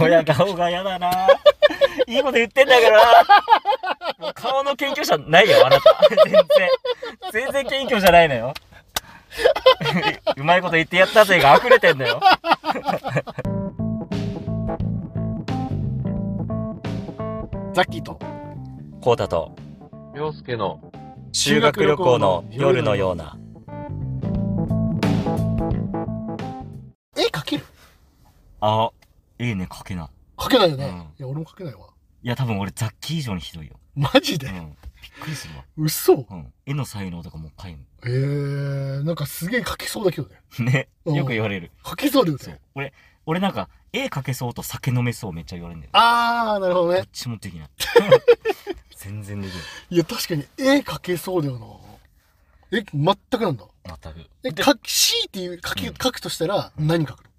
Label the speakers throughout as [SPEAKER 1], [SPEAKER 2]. [SPEAKER 1] 親顔が嫌だないいこと言ってんだけどなもう顔の謙虚者ないよ、あなた。全然。全然謙虚じゃないのよ。うまいこと言ってやったぜが溢れてんだよ。
[SPEAKER 2] ザッキーと
[SPEAKER 1] コータと
[SPEAKER 3] 洋介の
[SPEAKER 1] 修学旅行の夜のような。
[SPEAKER 2] 絵描ける
[SPEAKER 1] あ、いいね、書けない。
[SPEAKER 2] 描けないよね、
[SPEAKER 1] うん
[SPEAKER 2] いや俺も描けないわ
[SPEAKER 1] いや、多分俺ザッキー以上にひどいよ。
[SPEAKER 2] マジ
[SPEAKER 1] うん。
[SPEAKER 2] で
[SPEAKER 1] びっくりするわ。
[SPEAKER 2] 嘘
[SPEAKER 1] うん。絵の才能とかもう皆
[SPEAKER 2] えー、なんかすげえ描きそうだけどね
[SPEAKER 1] 無。ね。
[SPEAKER 2] うん
[SPEAKER 1] よく言われる。
[SPEAKER 2] 描きそうだよ
[SPEAKER 1] そう
[SPEAKER 2] ね。
[SPEAKER 1] 俺、俺なんか、絵描けそうと酒飲めそうめっちゃ言われるんだよ。
[SPEAKER 2] あーなるほど
[SPEAKER 1] ど
[SPEAKER 2] ね
[SPEAKER 1] っちもでき ない。全然できない。
[SPEAKER 2] いや確かに絵描けそうだよなえ全くなんだ
[SPEAKER 1] 全く。
[SPEAKER 2] え描きしいていう描き
[SPEAKER 1] うん
[SPEAKER 2] 描くとしたら何描くの、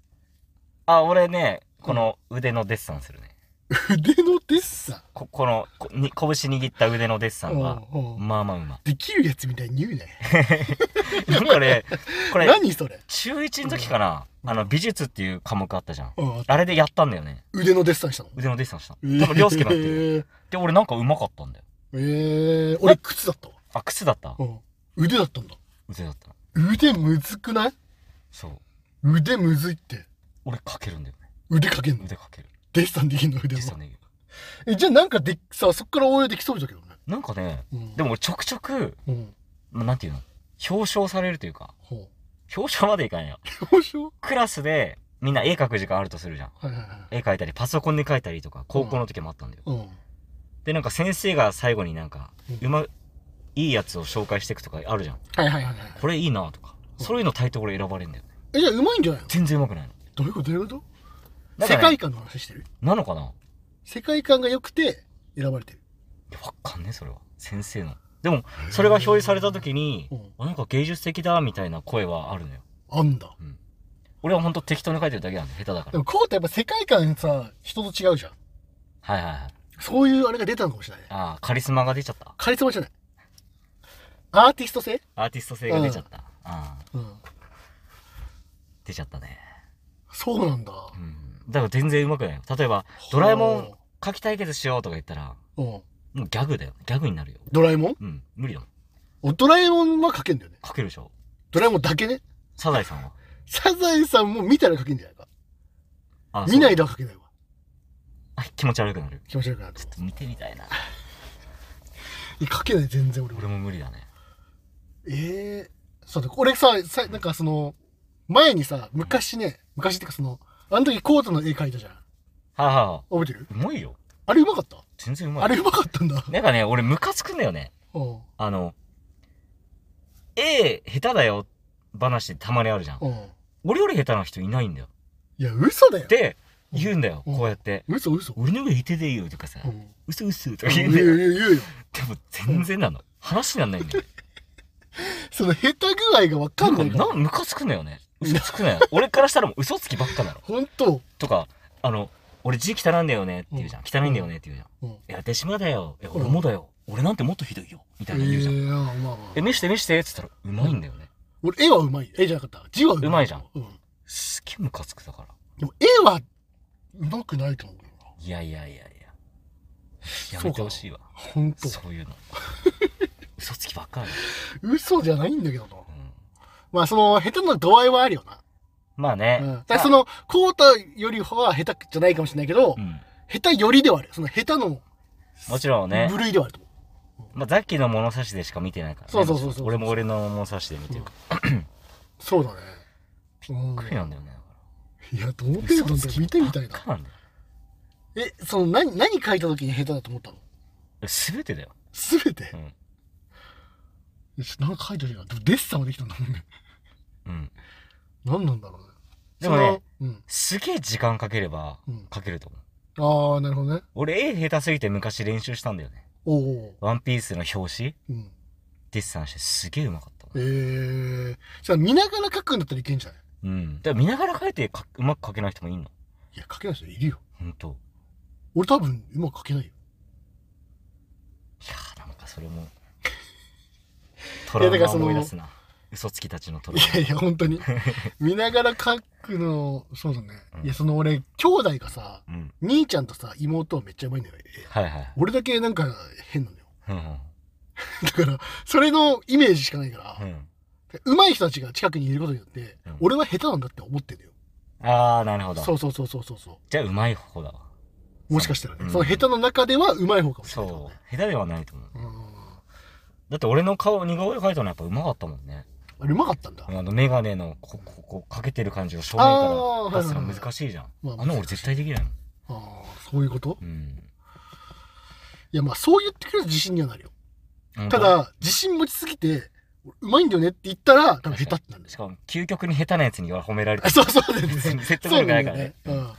[SPEAKER 1] あ、俺ね、この腕のデッサンするね。
[SPEAKER 2] 筆のデッサ
[SPEAKER 1] こ、この、こに拳握った腕のデッサ
[SPEAKER 2] ン
[SPEAKER 1] ンは、
[SPEAKER 2] うんうん
[SPEAKER 1] まあまあうま
[SPEAKER 2] できるやつみたいに言うね
[SPEAKER 1] い。なんか ね、これ、
[SPEAKER 2] 何それ
[SPEAKER 1] 中1の時かな、あの、美術っていう科目あったじゃん。
[SPEAKER 2] うん
[SPEAKER 1] あれでやったんだよね。
[SPEAKER 2] 腕のデッサン したの
[SPEAKER 1] 腕のデッサンした。多分、りょうすけがやってる。で、俺なんかうまかったんだよ。
[SPEAKER 2] えー、えー、俺靴だったわ、
[SPEAKER 1] あ、靴だった
[SPEAKER 2] うん、腕だったんだ
[SPEAKER 1] 腕だった。
[SPEAKER 2] 腕むずくない
[SPEAKER 1] そう。
[SPEAKER 2] 腕むずいって
[SPEAKER 1] 俺描けるんだよね。
[SPEAKER 2] 腕かけんの
[SPEAKER 1] 腕描ける。
[SPEAKER 2] デッサンできんの腕
[SPEAKER 1] デッ
[SPEAKER 2] は
[SPEAKER 1] サンできる。
[SPEAKER 2] えじゃあなんかでさそっから応用できそうだけどね、
[SPEAKER 1] なんかね、
[SPEAKER 2] うん、
[SPEAKER 1] でも俺ちょくちょく、
[SPEAKER 2] うん
[SPEAKER 1] まなんていうの表彰されるというか、
[SPEAKER 2] ほ
[SPEAKER 1] 表彰までいかんよ。
[SPEAKER 2] う表彰
[SPEAKER 1] クラスでみんな絵描く時間あるとするじゃん。
[SPEAKER 2] はいはいはい
[SPEAKER 1] 絵描いたり、パソコンで描いたりとか、高校の時もあったんだよ。
[SPEAKER 2] うん
[SPEAKER 1] で、なんか先生が最後になんか、
[SPEAKER 2] うん
[SPEAKER 1] うま、いいやつを紹介していくとかあるじゃん。
[SPEAKER 2] はいはいはいはい
[SPEAKER 1] これいいなとか。
[SPEAKER 2] うん
[SPEAKER 1] そういうの大抵俺選ばれるんだよね。
[SPEAKER 2] えじゃあうまいんじゃないの
[SPEAKER 1] 全然上手くないの。
[SPEAKER 2] どういうことどういうこ
[SPEAKER 1] な
[SPEAKER 2] と
[SPEAKER 1] んか
[SPEAKER 2] 世
[SPEAKER 1] ね
[SPEAKER 2] 界観の話してる
[SPEAKER 1] なのかない
[SPEAKER 2] 世界観が良くて選ばれてる
[SPEAKER 1] やわかんねえ、それは。先生の。でも、それが表示された時に
[SPEAKER 2] うん、
[SPEAKER 1] あ、なんか芸術的だ、みたいな声はあるのよ。
[SPEAKER 2] あんだ
[SPEAKER 1] 俺はほんと適当に描いてるだけなんで、下手だか
[SPEAKER 2] で
[SPEAKER 1] ら。
[SPEAKER 2] もこうってやっぱ世界観さ人と違うじゃん
[SPEAKER 1] はいはいはい。
[SPEAKER 2] そういうあれが出たのかもしれないね
[SPEAKER 1] ああ、カリスマが出ちゃった。
[SPEAKER 2] カリスマじゃないアーティスト性
[SPEAKER 1] アーティスト性が出ちゃった。ああ、
[SPEAKER 2] うん
[SPEAKER 1] 出ちゃったね。
[SPEAKER 2] そうなんだ
[SPEAKER 1] うん。だから全然上手くないよ。例えば、ドラえもん書き対決しようとか言ったら、
[SPEAKER 2] うん
[SPEAKER 1] もうギャグだよ。ギャグになるよ。
[SPEAKER 2] ドラえもん
[SPEAKER 1] うん。無理だもん。
[SPEAKER 2] おドラえもんは描けんだよね
[SPEAKER 1] 書けるでしょ。
[SPEAKER 2] ドラえもんだけね
[SPEAKER 1] サザエさんは。
[SPEAKER 2] サザエさんも見たら描けんじゃないか
[SPEAKER 1] あ
[SPEAKER 2] 見ない
[SPEAKER 1] だ。
[SPEAKER 2] では描けないわ
[SPEAKER 1] あ、気持ち悪くなる。
[SPEAKER 2] 気持ち悪くなる
[SPEAKER 1] ちょっと見てみたいな。
[SPEAKER 2] いや描けない全然俺
[SPEAKER 1] 俺も無理だね。
[SPEAKER 2] ええそうだ俺ささなんかその前にさ昔ね昔っていうかそのあの時コートの絵描いたじゃん
[SPEAKER 1] はいはいは
[SPEAKER 2] 覚えてる
[SPEAKER 1] い。うまいよ。
[SPEAKER 2] あれうまかった
[SPEAKER 1] 全然うまい。
[SPEAKER 2] あれうまかったんだ
[SPEAKER 1] なんかね、俺ムカつくんだよね。
[SPEAKER 2] うん
[SPEAKER 1] あの、絵下手だよ話ってたまにあるじゃん。
[SPEAKER 2] うん
[SPEAKER 1] 俺より下手な人いないんだよ。
[SPEAKER 2] いや嘘だよ
[SPEAKER 1] で、言うんだよ。
[SPEAKER 2] うん
[SPEAKER 1] こうやって。
[SPEAKER 2] 嘘嘘
[SPEAKER 1] 俺の上手いでよとかさ
[SPEAKER 2] う、ん
[SPEAKER 1] 嘘嘘とか言うん
[SPEAKER 2] 言う
[SPEAKER 1] だよ。
[SPEAKER 2] 言う言うよ
[SPEAKER 1] でも全然なの。話になんないんだよ。
[SPEAKER 2] その下手具合がわかんないか
[SPEAKER 1] な
[SPEAKER 2] ら
[SPEAKER 1] んムカつくなよね。嘘つく なよ。俺からしたらもう嘘つきばっかなの。
[SPEAKER 2] 本当
[SPEAKER 1] とか、あの、俺字汚いんだよねって言うじゃん。汚いんだよねって言うじゃん。
[SPEAKER 2] うん
[SPEAKER 1] いや、私もだよ。いや、
[SPEAKER 2] ん
[SPEAKER 1] 俺もだよ。俺なんてもっとひどいよ。みたいな言うじゃん。
[SPEAKER 2] ええあまあまあ
[SPEAKER 1] え、見して見してって言ったら、うまいんだよね。
[SPEAKER 2] 俺絵はうまい絵じゃなかった字はうまいう
[SPEAKER 1] まいじゃん、
[SPEAKER 2] うん、
[SPEAKER 1] すっげえムカつくだから。
[SPEAKER 2] でも絵はうまくないと思うよない
[SPEAKER 1] やいやいやいや。や
[SPEAKER 2] そ
[SPEAKER 1] め
[SPEAKER 2] うか
[SPEAKER 1] てほしいわ。
[SPEAKER 2] ほんと
[SPEAKER 1] そういう の。嘘つきばっかり。
[SPEAKER 2] 嘘じゃないんだけどな
[SPEAKER 1] うん
[SPEAKER 2] まあその下手な度合いはあるよな、
[SPEAKER 1] まあね。
[SPEAKER 2] うん、だか
[SPEAKER 1] ま
[SPEAKER 2] ら
[SPEAKER 1] あ
[SPEAKER 2] そ、のコータよりは下手じゃないかもしれないけど、
[SPEAKER 1] うん。
[SPEAKER 2] 下手よりではあるその下手の
[SPEAKER 1] もちろんね
[SPEAKER 2] 部。類ではあると思う、
[SPEAKER 1] まあ、ザッキーの物差しでしか見てないからね。
[SPEAKER 2] そうそうそうそう
[SPEAKER 1] 俺も俺の物差しで見てるから。
[SPEAKER 2] そうだね
[SPEAKER 1] びっくりなんだよね。
[SPEAKER 2] うんいやどの程度なんだろう見てみたい
[SPEAKER 1] だ
[SPEAKER 2] な
[SPEAKER 1] から。なんだよ。
[SPEAKER 2] えその何何書いた時に下手だと思ったの
[SPEAKER 1] すべてだよ。
[SPEAKER 2] 全て
[SPEAKER 1] うん。
[SPEAKER 2] 何か書いてるじゃんでもデッサンはできたんだもんね
[SPEAKER 1] うん。
[SPEAKER 2] 何なんだろうね
[SPEAKER 1] でもね
[SPEAKER 2] そのうん
[SPEAKER 1] すげえ時間かければ
[SPEAKER 2] うん、
[SPEAKER 1] かけると思う。
[SPEAKER 2] ああなるほどね
[SPEAKER 1] 俺、絵下手すぎて昔練習したんだよね。
[SPEAKER 2] おお
[SPEAKER 1] ワンピースの表紙、
[SPEAKER 2] うん
[SPEAKER 1] デッサンしてすげえうまかったも
[SPEAKER 2] ええー、じゃあ見ながら書くんだったらいけんじゃない
[SPEAKER 1] ん。うん。だから見ながら描いてかうまく描けない人もいんの。
[SPEAKER 2] いや書けない人いるよ
[SPEAKER 1] ほんと。
[SPEAKER 2] 俺多分うまく書けないよ
[SPEAKER 1] いやーなんかそれも。トラウマ思い出すな。嘘つきたちのトロ
[SPEAKER 2] いやいや、本 当に。見ながら書くの、そうだね。いや、その俺、兄弟がさ、
[SPEAKER 1] うん。
[SPEAKER 2] 兄ちゃんとさ、妹はめっちゃうまいんだよ。え
[SPEAKER 1] はいはい。
[SPEAKER 2] 俺だけなんか変なのよ。
[SPEAKER 1] うんうん
[SPEAKER 2] だから、それのイメージしかないから、
[SPEAKER 1] うん。
[SPEAKER 2] 上手い人たちが近くにいることによって、
[SPEAKER 1] うん
[SPEAKER 2] 俺は下手なんだって思ってるよ。
[SPEAKER 1] ああ、なるほど。
[SPEAKER 2] そうそうそうそうそうそ
[SPEAKER 1] じゃあ、うまい方だわ。
[SPEAKER 2] う。もしかしたらね、
[SPEAKER 1] うん
[SPEAKER 2] その下手の中では上手い方かもしれないから
[SPEAKER 1] そ
[SPEAKER 2] ね、
[SPEAKER 1] う。下手ではないと思う。
[SPEAKER 2] うん
[SPEAKER 1] だって俺の顔、似顔絵描いたのやっぱうまかったもんね。
[SPEAKER 2] あれうまかったんだ。
[SPEAKER 1] あの、メガネの、こ、こ、こ、かけてる感じを正
[SPEAKER 2] あ
[SPEAKER 1] 面
[SPEAKER 2] ー
[SPEAKER 1] から出すの
[SPEAKER 2] はいはいはい
[SPEAKER 1] 難しいじゃん。
[SPEAKER 2] まあ
[SPEAKER 1] あの俺絶対できないもん。
[SPEAKER 2] ああ、そういうこと
[SPEAKER 1] うん。
[SPEAKER 2] いや、まあそう言ってくれると自信にはなるよ。
[SPEAKER 1] 本当
[SPEAKER 2] た、だ、自信持ちすぎて、うまいんだよねって言ったら、多分下手ってなるんだ
[SPEAKER 1] し
[SPEAKER 2] よ。
[SPEAKER 1] かも、究極に下手なやつには褒められて
[SPEAKER 2] あ
[SPEAKER 1] る。
[SPEAKER 2] そうそうだよ
[SPEAKER 1] 別に
[SPEAKER 2] ね。
[SPEAKER 1] 説得
[SPEAKER 2] そう
[SPEAKER 1] 力なん
[SPEAKER 2] な
[SPEAKER 1] い
[SPEAKER 2] だ
[SPEAKER 1] か
[SPEAKER 2] よ
[SPEAKER 1] らね
[SPEAKER 2] ね。。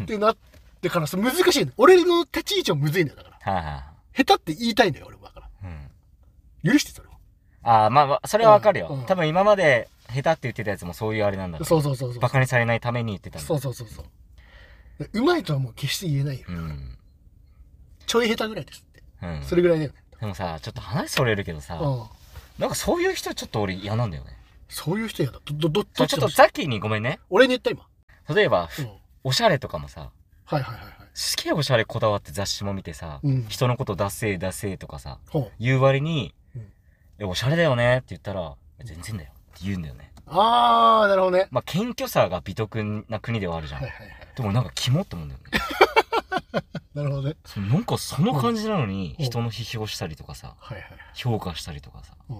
[SPEAKER 2] うん。ってなってから、そう難しいの。俺の立ち位置はむずいんだよ。だから。
[SPEAKER 1] はいは
[SPEAKER 2] 下手って言いたいんだよ、俺は。だか
[SPEAKER 1] い。うん。
[SPEAKER 2] ら。許して、それは。
[SPEAKER 1] ああ、まあまあ、それはわかる
[SPEAKER 2] うんう
[SPEAKER 1] よ
[SPEAKER 2] ん。
[SPEAKER 1] 多分今まで下手って言ってたやつもそういうあれなんだろ。
[SPEAKER 2] そうそうそうそうう。
[SPEAKER 1] バカにされないために言ってたんだ
[SPEAKER 2] そうそうそうそう。うまいとはもう決して言えないよ。
[SPEAKER 1] うん。
[SPEAKER 2] ちょい下手ぐらいですって。
[SPEAKER 1] うん。
[SPEAKER 2] それぐらいだよね。
[SPEAKER 1] でもさ、ちょっと話それるけどさ、
[SPEAKER 2] うん。
[SPEAKER 1] なんかそういう人ちょっと俺嫌なんだよね。
[SPEAKER 2] そういう人やだ。ど、ど、ど、
[SPEAKER 1] ち
[SPEAKER 2] ど
[SPEAKER 1] ょ
[SPEAKER 2] っ
[SPEAKER 1] ち
[SPEAKER 2] ち
[SPEAKER 1] ょっと
[SPEAKER 2] も
[SPEAKER 1] ザッキーにごめんね。
[SPEAKER 2] 俺に言った今。
[SPEAKER 1] 例えば、
[SPEAKER 2] うん。はい
[SPEAKER 1] おしゃれとかもさ、
[SPEAKER 2] はいはいはい。
[SPEAKER 1] すげえおしゃれこだわって雑誌も見てさ、
[SPEAKER 2] うん。
[SPEAKER 1] 人のこと出せえ出せえとかさ、
[SPEAKER 2] ほう。
[SPEAKER 1] 言う割に、
[SPEAKER 2] うん
[SPEAKER 1] えおしゃれだよねって言ったら、全然だよって言うんだよね。
[SPEAKER 2] あー、なるほどね。
[SPEAKER 1] まあ、謙虚さが美徳な国ではあるじゃん。
[SPEAKER 2] はいはいはい。
[SPEAKER 1] でもなんかキモって思うんだよ ね。
[SPEAKER 2] なるほどね。
[SPEAKER 1] そのなんかその感じなのに、
[SPEAKER 2] うん
[SPEAKER 1] 人の批評したりとかさ、
[SPEAKER 2] はいはいはい。
[SPEAKER 1] 評価したりとかさ、
[SPEAKER 2] うん。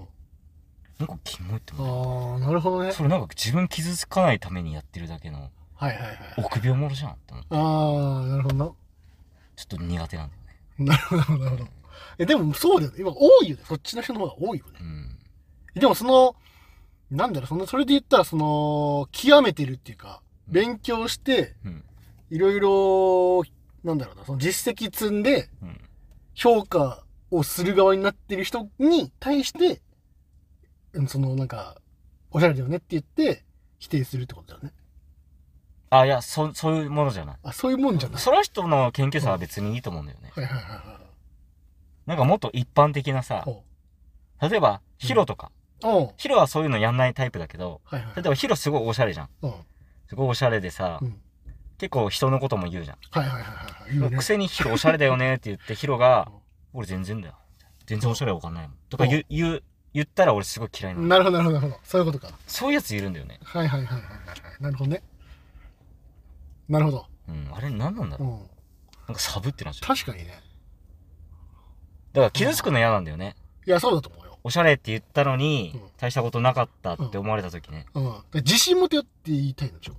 [SPEAKER 1] なんかキモいって思うんだよ
[SPEAKER 2] あー、なるほどね。
[SPEAKER 1] それなんか自分傷つかないためにやってるだけの
[SPEAKER 2] はいはいはい。
[SPEAKER 1] 臆病者じゃんって思う。
[SPEAKER 2] あー、なるほどな。
[SPEAKER 1] ちょっと苦手なんだよね。
[SPEAKER 2] なるほどなるほどなるほど。 え、でもそうだよね。今多いよね。そっちの人の方が多いよね
[SPEAKER 1] う。ん。
[SPEAKER 2] でもその、なんだろう、その、それで言ったら、その、極めてるっていうか、勉強して、
[SPEAKER 1] うん。
[SPEAKER 2] いろいろ、なんだろうな、その実績積んで、
[SPEAKER 1] うん。
[SPEAKER 2] 評価をする側になってる人に対して、うんその、なんか、おしゃれだよねって言って、否定するってことだよね。
[SPEAKER 1] あ、いや、そ、そういうものじゃない。
[SPEAKER 2] あ、そういうもんじゃない。
[SPEAKER 1] その人の研究者は別にいいと思うんだよね。
[SPEAKER 2] はいはいはいはい。
[SPEAKER 1] なんかもっと一般的なさ、
[SPEAKER 2] ほ
[SPEAKER 1] 例えば、ヒロとか。
[SPEAKER 2] う。うん。
[SPEAKER 1] ヒロはそういうのやんないタイプだけど、
[SPEAKER 2] はいはい
[SPEAKER 1] 例え。ばヒロすごいおしゃれじゃん。
[SPEAKER 2] うん。
[SPEAKER 1] すごいおしゃれでさ
[SPEAKER 2] う、ん。
[SPEAKER 1] 結構人のことも言うじゃん。
[SPEAKER 2] はいはいはいはい。いい
[SPEAKER 1] で
[SPEAKER 2] よ
[SPEAKER 1] も
[SPEAKER 2] ね。
[SPEAKER 1] くせにヒロおしゃれだよねって言って、ヒロが
[SPEAKER 2] うん、
[SPEAKER 1] 俺全然だよ。全然おしゃれわかんないもん。とか言う、言う、言ったら俺すごい嫌いなの。
[SPEAKER 2] なるほどなるほどなるほど。そういうことか。
[SPEAKER 1] そういうやついるんだよね。
[SPEAKER 2] はいはいはいはいはい。なるほどね。なるほど。
[SPEAKER 1] うん。あれ何なんだ
[SPEAKER 2] う。
[SPEAKER 1] ろうんなんかサブってなっちゃう。
[SPEAKER 2] 確かにね。
[SPEAKER 1] だから傷つくの嫌なんだよね。
[SPEAKER 2] いや、そうだと思うよ。
[SPEAKER 1] おしゃれって言ったのに
[SPEAKER 2] うん、
[SPEAKER 1] 大したことなかったって思われた時ね。
[SPEAKER 2] うん。だから自信持てよって言いたいのでしょ。
[SPEAKER 1] い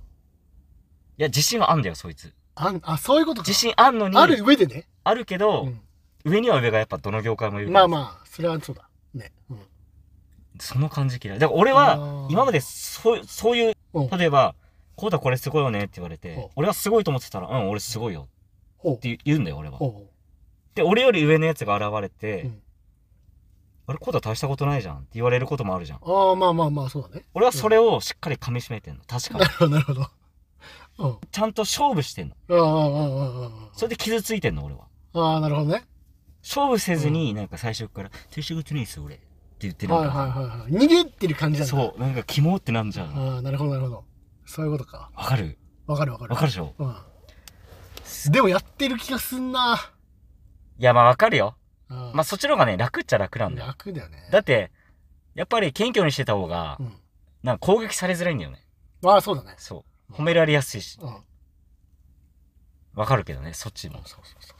[SPEAKER 1] や、自信はあんだよ、そいつ。
[SPEAKER 2] あん、あ、そういうことか。
[SPEAKER 1] 自信あんのに、
[SPEAKER 2] ある上でね。
[SPEAKER 1] あるけど、
[SPEAKER 2] う
[SPEAKER 1] 上には上がやっぱどの業界もいる
[SPEAKER 2] ん。
[SPEAKER 1] か
[SPEAKER 2] ま
[SPEAKER 1] ら
[SPEAKER 2] あまあ、それはそうだ。ね。うん。
[SPEAKER 1] その感じ嫌いだから俺
[SPEAKER 2] あ
[SPEAKER 1] は
[SPEAKER 2] ー
[SPEAKER 1] 今までそうそういう
[SPEAKER 2] うん。
[SPEAKER 1] 例えば「こうだこれすごいよね」って言われ
[SPEAKER 2] うん
[SPEAKER 1] て俺はすごいと思ってたら「うん俺すごいよ」
[SPEAKER 2] ほう
[SPEAKER 1] っ。て言うんだよ俺は
[SPEAKER 2] ほうほ
[SPEAKER 1] で俺より上のやつが現れ
[SPEAKER 2] う
[SPEAKER 1] て
[SPEAKER 2] ん
[SPEAKER 1] 「あれこうだ大したことないじゃん」って言われることもあるじゃん
[SPEAKER 2] う。ああ、まあまあまあ、そうだね。
[SPEAKER 1] 俺はそれをしっかり噛み締めてんの確か
[SPEAKER 2] な
[SPEAKER 1] に
[SPEAKER 2] るほど、なるほど。うん。
[SPEAKER 1] ちゃんと勝負してんの
[SPEAKER 2] ああ、ああ、あ
[SPEAKER 1] それで傷ついてんの俺は
[SPEAKER 2] あ、ああ、なるほどね。
[SPEAKER 1] 勝負せずになんか最初から「大したことないです俺」って言ってる
[SPEAKER 2] はい
[SPEAKER 1] の
[SPEAKER 2] はい
[SPEAKER 1] が
[SPEAKER 2] はいはい。逃げてる感じなんだ。
[SPEAKER 1] そうなんかキモってなんじゃんわ
[SPEAKER 2] ああ、なるほど、なるほど。そういうことか。
[SPEAKER 1] かる
[SPEAKER 2] わかるわかる。
[SPEAKER 1] わかるでしょ
[SPEAKER 2] うん。でもやってる気がすんな。
[SPEAKER 1] いやまあわかるよ
[SPEAKER 2] ま
[SPEAKER 1] まあそっちの方がね楽っちゃ楽なんだよ
[SPEAKER 2] 楽だよね。
[SPEAKER 1] だって、やっぱり謙虚にしてた方が
[SPEAKER 2] う、ん。
[SPEAKER 1] なんか攻撃されづらいんだよね。
[SPEAKER 2] まあそうだね。
[SPEAKER 1] そう。褒められやすいし。
[SPEAKER 2] うん。
[SPEAKER 1] わかるけどね、そっちも。
[SPEAKER 2] そうそうそう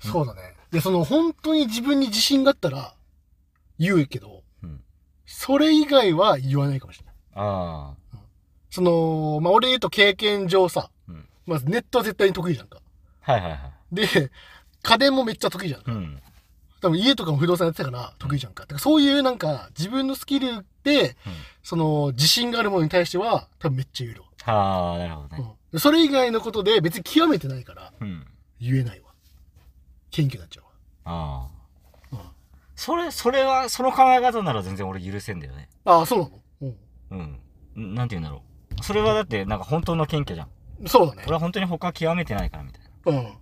[SPEAKER 2] そう。そうだね。で、その本当に自分に自信があったら言うけど、
[SPEAKER 1] うん。
[SPEAKER 2] それ以外は言わないかもしれない。
[SPEAKER 1] あ
[SPEAKER 2] その、まあ俺と経験上さ、
[SPEAKER 1] あ。うん。
[SPEAKER 2] まずネットは絶対に得意じゃんか。
[SPEAKER 1] はいはいはい。
[SPEAKER 2] で、家電もめっちゃ得意じゃん。
[SPEAKER 1] うん。
[SPEAKER 2] 多分家とかも不動産やってたから得意じゃんか。だからそういうなんか自分のスキルで、その自信があるものに対しては多分めっちゃ言うよ。
[SPEAKER 1] はあ、なるほどね。
[SPEAKER 2] うんで、それ以外のことで別に極めてないから
[SPEAKER 1] うん。
[SPEAKER 2] 言えないわ。謙虚になっちゃうわ。
[SPEAKER 1] ああ。
[SPEAKER 2] うん
[SPEAKER 1] それ、それは、その考え方なら全然俺許せんだよね。
[SPEAKER 2] ああ、そうなのうん。
[SPEAKER 1] うん。んなんて言うんだろう。それはだって、なんか本当の謙虚じゃん。
[SPEAKER 2] そうだね
[SPEAKER 1] 俺。は本当に他極めてないからみたいな。
[SPEAKER 2] うん。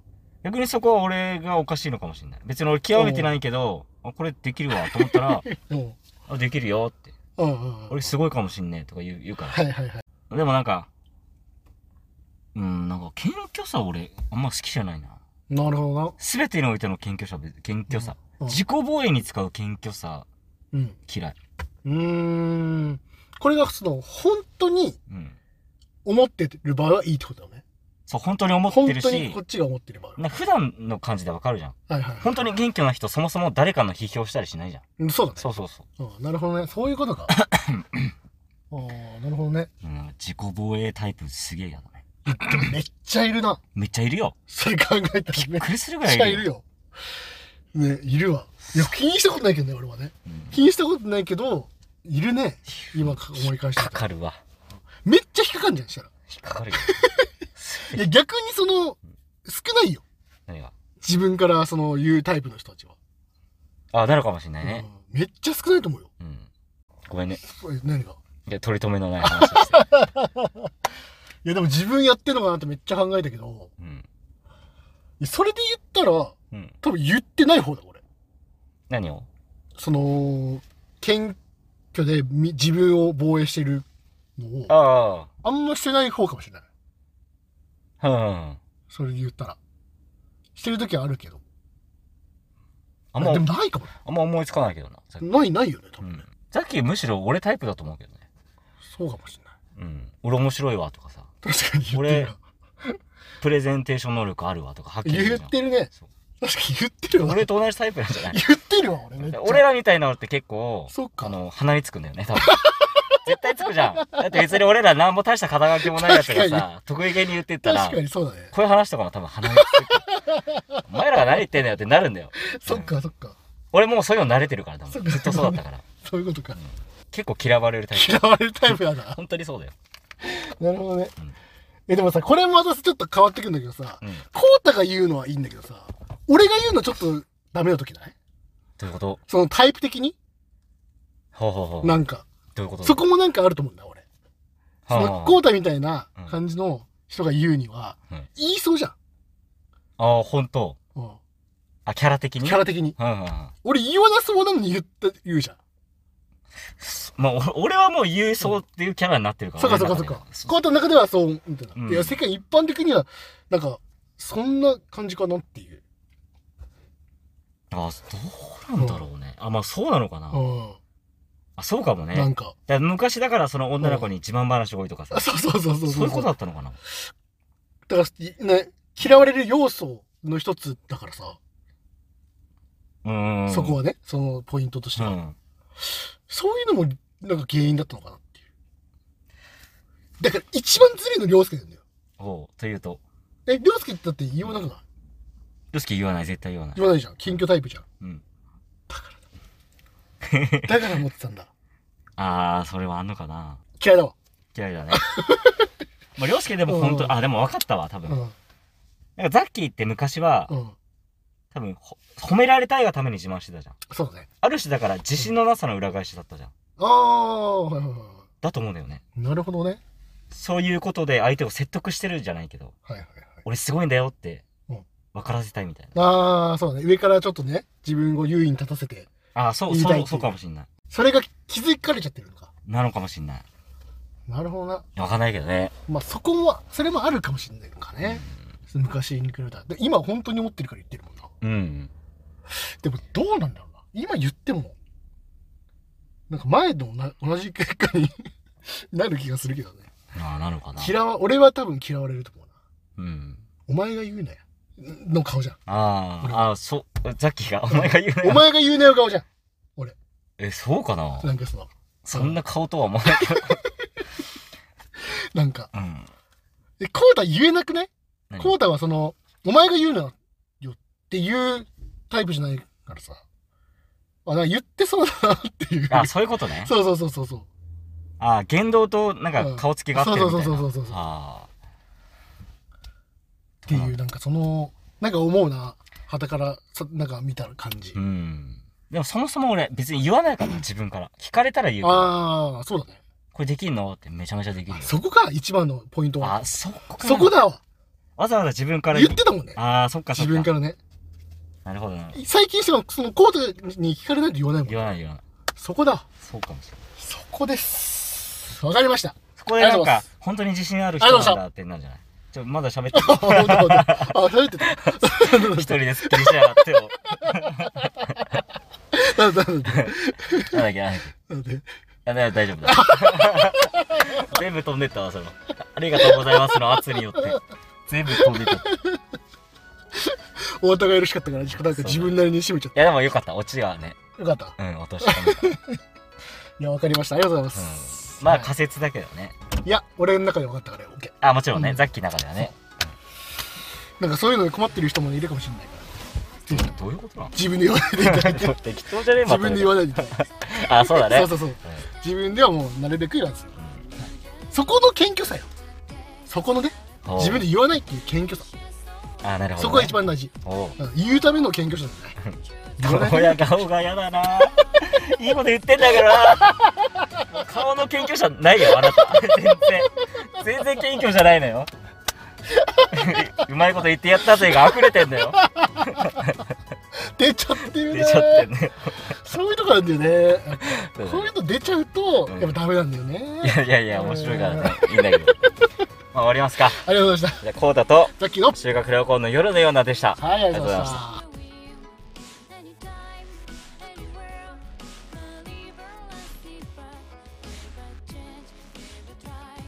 [SPEAKER 1] 逆にそこは 俺がおかしいのかもしれない。別に俺極めてないけど、あこれできるわと思ったら、
[SPEAKER 2] うん。
[SPEAKER 1] ああできるよって。
[SPEAKER 2] うんうんうん。
[SPEAKER 1] 俺すごいかもしんねえとか言う言うか
[SPEAKER 2] はいはいはい。
[SPEAKER 1] ら。でもなんか、うん、なんか謙虚さ俺、あんま好きじゃないな。
[SPEAKER 2] なるほどな。
[SPEAKER 1] すべてにおいての謙虚さ、謙虚さ。
[SPEAKER 2] うん
[SPEAKER 1] 自己防衛に使う謙虚さ
[SPEAKER 2] うん。
[SPEAKER 1] 嫌い。
[SPEAKER 2] うーん。これがその、本当に
[SPEAKER 1] うん。
[SPEAKER 2] 思ってる場合はいいってことだよね。
[SPEAKER 1] そう、本当に思っ
[SPEAKER 2] 本
[SPEAKER 1] てる
[SPEAKER 2] 当に
[SPEAKER 1] し
[SPEAKER 2] こ、っちが思ってる場合は。
[SPEAKER 1] な普段の感じでわかるじゃん。
[SPEAKER 2] はいはい、
[SPEAKER 1] 本当に謙虚な人そもそも誰かの批評したりしないじゃん。
[SPEAKER 2] うんそうだね。
[SPEAKER 1] そうそうそう。
[SPEAKER 2] うん、なるほどね。そういう ことか。ああ、なるほどね。
[SPEAKER 1] うん、なんか自己防衛タイプすげえやだね。
[SPEAKER 2] でもめっちゃいるな。
[SPEAKER 1] めっちゃいるよ。
[SPEAKER 2] それ考えたらめ
[SPEAKER 1] び
[SPEAKER 2] っ
[SPEAKER 1] っくりするぐらいい
[SPEAKER 2] ちゃ
[SPEAKER 1] るよ。
[SPEAKER 2] いるよ。ね、いるわ。いや、気にしたことないけどね、俺はね。
[SPEAKER 1] うん
[SPEAKER 2] 気にしたことないけど、いるね。今か思い返して
[SPEAKER 1] か
[SPEAKER 2] みたら
[SPEAKER 1] かるわ。
[SPEAKER 2] めっちゃ引っかかんじゃん、したら。
[SPEAKER 1] 引っかかるよ。す
[SPEAKER 2] い
[SPEAKER 1] げえ
[SPEAKER 2] や、逆にその、少ないよ。
[SPEAKER 1] 何が
[SPEAKER 2] 自分からその言うタイプの人たちは。
[SPEAKER 1] あ、なるかもしんないね。
[SPEAKER 2] うんめっちゃ少ないと思うよ。
[SPEAKER 1] うん。ごめんね。
[SPEAKER 2] え何が
[SPEAKER 1] いや、取り留めのない話 をして。
[SPEAKER 2] いや、でも自分やってんのかなってめっちゃ考えたけど、
[SPEAKER 1] うん。
[SPEAKER 2] それで言ったら、
[SPEAKER 1] うん。
[SPEAKER 2] 多分言ってない方だ、俺。
[SPEAKER 1] 何を
[SPEAKER 2] その、謙虚でみ自分を防衛してるのを、あ
[SPEAKER 1] あ
[SPEAKER 2] んましてない方かもしれない。
[SPEAKER 1] あ。うん。
[SPEAKER 2] それで言ったら。してる時はあるけど。
[SPEAKER 1] あん
[SPEAKER 2] でも
[SPEAKER 1] ま、
[SPEAKER 2] ないかもね。
[SPEAKER 1] あんま思いつかないけどな。さっき
[SPEAKER 2] ない、ないよね、多
[SPEAKER 1] う
[SPEAKER 2] 分ね。
[SPEAKER 1] ん。さっきむしろ俺タイプだと思うけどね。
[SPEAKER 2] そうかもしれない。
[SPEAKER 1] うん。俺面白いわとかさ。
[SPEAKER 2] 確かに言ってるな。
[SPEAKER 1] プレゼンテーション能力あるわとかはっきりう
[SPEAKER 2] 言
[SPEAKER 1] じゃ
[SPEAKER 2] っ
[SPEAKER 1] ん
[SPEAKER 2] てるね。
[SPEAKER 1] そう
[SPEAKER 2] 確かに言ってるわ。
[SPEAKER 1] 俺と同じタイプなんじゃない
[SPEAKER 2] 言ってるわ、俺めっちゃ。
[SPEAKER 1] 俺らみたいなのって結構、
[SPEAKER 2] そっか
[SPEAKER 1] あの、鼻につくんだよね、多分。絶対つくじゃん。だって別に俺ら何も大した肩書きもないやつが
[SPEAKER 2] 確か
[SPEAKER 1] さ、得意げに言ってったら、
[SPEAKER 2] 確
[SPEAKER 1] こ
[SPEAKER 2] か
[SPEAKER 1] うい
[SPEAKER 2] にそうだね。
[SPEAKER 1] う話とかも多分鼻につく。お前らが何言ってんだよってなるんだよ。
[SPEAKER 2] そっか、そっか。
[SPEAKER 1] 俺もうそういうの慣れてるから、多
[SPEAKER 2] そっ
[SPEAKER 1] 分。
[SPEAKER 2] か
[SPEAKER 1] ずっとそうだったから。
[SPEAKER 2] そういうことか。
[SPEAKER 1] 結構嫌われる タイプ。
[SPEAKER 2] 嫌われるタイプだな。
[SPEAKER 1] 本当にそうだよ。
[SPEAKER 2] なるほどね
[SPEAKER 1] うん。
[SPEAKER 2] え、でもさ、これもまたちょっと変わってくんだけどさ、
[SPEAKER 1] うん。
[SPEAKER 2] コウタが言うのはいいんだけどさ、俺が言うのちょっとダメな時ない
[SPEAKER 1] どういうこと
[SPEAKER 2] そのタイプ的に
[SPEAKER 1] ほうほうほう。
[SPEAKER 2] なんか、
[SPEAKER 1] どういうこと
[SPEAKER 2] そこもなんかあると思うんだ、俺。そ
[SPEAKER 1] はあ
[SPEAKER 2] のコウタみたいな感じの人が言うには
[SPEAKER 1] うん、
[SPEAKER 2] 言いそうじゃん。
[SPEAKER 1] ああ、本当。
[SPEAKER 2] うん
[SPEAKER 1] あ、キャラ的に
[SPEAKER 2] キャラ的に。
[SPEAKER 1] うんうんうん。
[SPEAKER 2] 俺言わなそうなのに言った、言うじゃん。
[SPEAKER 1] まあ、お俺はもう優勝っていうキャラになってるから。
[SPEAKER 2] そっかそっ
[SPEAKER 1] 俺の
[SPEAKER 2] かそっ
[SPEAKER 1] 中
[SPEAKER 2] か。コウタの中ではそう、みたいな。
[SPEAKER 1] うん
[SPEAKER 2] いや、世界一般的には、なんか、そんな感じかなっていう。
[SPEAKER 1] では。あ、どうなんだろうね。あ、まあそうなのかな。
[SPEAKER 2] う
[SPEAKER 1] あ、そうかもね。
[SPEAKER 2] ん。な
[SPEAKER 1] だ
[SPEAKER 2] んか。
[SPEAKER 1] から昔だからその女の子に自慢話多いとかさ
[SPEAKER 2] あ。そうそうそうそう。
[SPEAKER 1] そういうことだったのかな。
[SPEAKER 2] だから、ね、嫌われる要素の一つだからさ、
[SPEAKER 1] うーん。
[SPEAKER 2] そこはね、そのポイントとして
[SPEAKER 1] う
[SPEAKER 2] は。
[SPEAKER 1] ん。
[SPEAKER 2] そういうのも、なんか原因だったのかなっていう。だから、一番ずるいの凌介なんだよ。
[SPEAKER 1] おうというと。
[SPEAKER 2] え、凌介ってだって言わなくない
[SPEAKER 1] よしき言わない、絶対言わない。
[SPEAKER 2] 言わないじゃん。謙虚タイプじゃん。
[SPEAKER 1] うん。
[SPEAKER 2] だから持ってたんだ。
[SPEAKER 1] あー、それはあんのかな。
[SPEAKER 2] 嫌いだわ。
[SPEAKER 1] 嫌いだ ね。まあ、りょうすけでも本
[SPEAKER 2] う
[SPEAKER 1] 当、
[SPEAKER 2] ん
[SPEAKER 1] あ、でも分かったわ、多
[SPEAKER 2] う
[SPEAKER 1] 分。
[SPEAKER 2] ん。
[SPEAKER 1] なんかザッキーって昔は、
[SPEAKER 2] うん。
[SPEAKER 1] 多分、ほ褒められたいがために自慢してたじゃん。
[SPEAKER 2] そうだね。
[SPEAKER 1] ある種だから自信のなさの裏返しだったじゃん。
[SPEAKER 2] ああ、はいはいは
[SPEAKER 1] だと思うんだよね。
[SPEAKER 2] い。なるほどね。
[SPEAKER 1] そういうことで相手を説得してるんじゃないけど、
[SPEAKER 2] はいはいはい。
[SPEAKER 1] 俺すごいんだよって
[SPEAKER 2] うん、
[SPEAKER 1] 分からせたいみたいな。あ
[SPEAKER 2] ああ、そうだね。上からちょっとね、自分を優位に立たせて、
[SPEAKER 1] あー、そう、
[SPEAKER 2] 言い
[SPEAKER 1] そ
[SPEAKER 2] たいっていう
[SPEAKER 1] う、そうかもしんない。
[SPEAKER 2] それが気づかれちゃってるのか。
[SPEAKER 1] なのかもしんない。
[SPEAKER 2] なるほどな。
[SPEAKER 1] 分かんないけどね。
[SPEAKER 2] まあそこは、それもあるかもしれないのかね。昔に比べたら。で今本当に思ってるから言ってるもんな。
[SPEAKER 1] うん。
[SPEAKER 2] でもどうなんだろうな。今言っても、なんか前と同同じ結果に なる気がするけどね。
[SPEAKER 1] ああ、なのかな。
[SPEAKER 2] 嫌わ、俺は多分嫌われると思うな。
[SPEAKER 1] うん。
[SPEAKER 2] お前が言うなよ。の顔じゃん。
[SPEAKER 1] あ
[SPEAKER 2] 俺
[SPEAKER 1] あ、あーそう、ザッキーが、お前が言うなよ
[SPEAKER 2] お前が言うなよ顔じゃん。
[SPEAKER 1] え、そうかな
[SPEAKER 2] なんかその、
[SPEAKER 1] そんな顔とは思わないけど。
[SPEAKER 2] なんか、
[SPEAKER 1] うん。
[SPEAKER 2] え、コータ言えなくない
[SPEAKER 1] 何
[SPEAKER 2] コータはその、お前が言うなよっていうタイプじゃないからさ。あ、なんか言ってそうだなっていう。
[SPEAKER 1] あ、そういうことね。
[SPEAKER 2] そうそうそうそうそう。
[SPEAKER 1] あ、言動となん
[SPEAKER 2] う
[SPEAKER 1] か
[SPEAKER 2] ん
[SPEAKER 1] 顔つきが合ってるみたいな。
[SPEAKER 2] そうそうそうそうそう
[SPEAKER 1] あ
[SPEAKER 2] っていう、なんかその、なんか思うな。旗から、そなんか見た感じ。
[SPEAKER 1] ーうん。でもそもそも俺別に言わないから自分から。聞かれたら言うから。
[SPEAKER 2] ああ、そうだね。
[SPEAKER 1] これできんのってめちゃめちゃできるよ
[SPEAKER 2] あ。そこか、一番のポイントは。
[SPEAKER 1] あ、そこか。
[SPEAKER 2] そこ。だわ。
[SPEAKER 1] わざわざ自分から
[SPEAKER 2] 言ってたもんね。
[SPEAKER 1] ああ、そっかそっ
[SPEAKER 2] 自
[SPEAKER 1] か。
[SPEAKER 2] 分からね。
[SPEAKER 1] なるほどな。
[SPEAKER 2] 最近その、そのコートに聞かれないと言わないもん。
[SPEAKER 1] 言わない言わない。
[SPEAKER 2] そこだ。
[SPEAKER 1] そうかもしれない。
[SPEAKER 2] そこです。わかりました。
[SPEAKER 1] そこでなん
[SPEAKER 2] ありがとうございま
[SPEAKER 1] か
[SPEAKER 2] す、
[SPEAKER 1] 本当に自信ある人なんだってなるんじゃないちょ、まだ喋って
[SPEAKER 2] あ、ほんとほんと。あ、喋ってた。
[SPEAKER 1] 一人でスッキリしやがってよ。
[SPEAKER 2] なんだなんだなん
[SPEAKER 1] な
[SPEAKER 2] だ
[SPEAKER 1] んだっけ、なんだっけ。
[SPEAKER 2] なんだ
[SPEAKER 1] あだ大丈夫だ。 全部飛んでったわ、その。ありがとうございますの圧によって。全部飛んでった。い
[SPEAKER 2] お互いよろしかったから、なんか自分なりに締めちゃっ
[SPEAKER 1] や、でもよかった。オチがね、
[SPEAKER 2] た。よかった。
[SPEAKER 1] うん、落とした ね。
[SPEAKER 2] いや、わかりました。ありがとうございま
[SPEAKER 1] うん
[SPEAKER 2] す。
[SPEAKER 1] まあ
[SPEAKER 2] はい
[SPEAKER 1] 仮説だけどね。
[SPEAKER 2] いや、俺の中でわかったから、オッケ
[SPEAKER 1] あ、もちろん
[SPEAKER 2] う
[SPEAKER 1] ね、
[SPEAKER 2] ん
[SPEAKER 1] ザッキーの中ではね。
[SPEAKER 2] ー。なんかそういうので困ってる人もねいるかもしれないから。ぜひ
[SPEAKER 1] どういうことな
[SPEAKER 2] 自分で言わないでいただ いて。
[SPEAKER 1] の適当じゃねえ、
[SPEAKER 2] 自
[SPEAKER 1] ま
[SPEAKER 2] 分で言わ
[SPEAKER 1] た。
[SPEAKER 2] ないでいただいて。
[SPEAKER 1] あ、そうだね。
[SPEAKER 2] そうそうそう。自分ではもうなるべく言わず。そこの謙虚さよ。そこのね、
[SPEAKER 1] うん
[SPEAKER 2] 自分で言わないっていう謙虚さ。
[SPEAKER 1] あ、なるほどね。
[SPEAKER 2] そこが一番大事。
[SPEAKER 1] おう。
[SPEAKER 2] うん言うための謙虚さじゃない。言わない
[SPEAKER 1] こや顔が嫌だな。 いいこと言ってんだけどな。顔の謙虚さないよ、あなた。全然。全然謙虚じゃないのよ。うまいこと言ってやったぜが溢れてんだよ。
[SPEAKER 2] 出ちゃってるね
[SPEAKER 1] 出ちゃってんだよ。
[SPEAKER 2] そういうとこなんだよね。
[SPEAKER 1] そうだ
[SPEAKER 2] こう
[SPEAKER 1] ね
[SPEAKER 2] いうの出ちゃうと、
[SPEAKER 1] うん
[SPEAKER 2] やっぱダメなんだよね。
[SPEAKER 1] いやいやいや、面白いからね。いいんだけど。まあ、終わりますか。
[SPEAKER 2] ありがとうございまし
[SPEAKER 1] じゃあ、こうだと、
[SPEAKER 2] た。さっきの。
[SPEAKER 1] 修学旅行の夜のようなでした。
[SPEAKER 2] はい、ありがとうござい
[SPEAKER 1] ありがとう
[SPEAKER 2] ま
[SPEAKER 1] ございまし
[SPEAKER 2] し。
[SPEAKER 1] た
[SPEAKER 3] Anytime,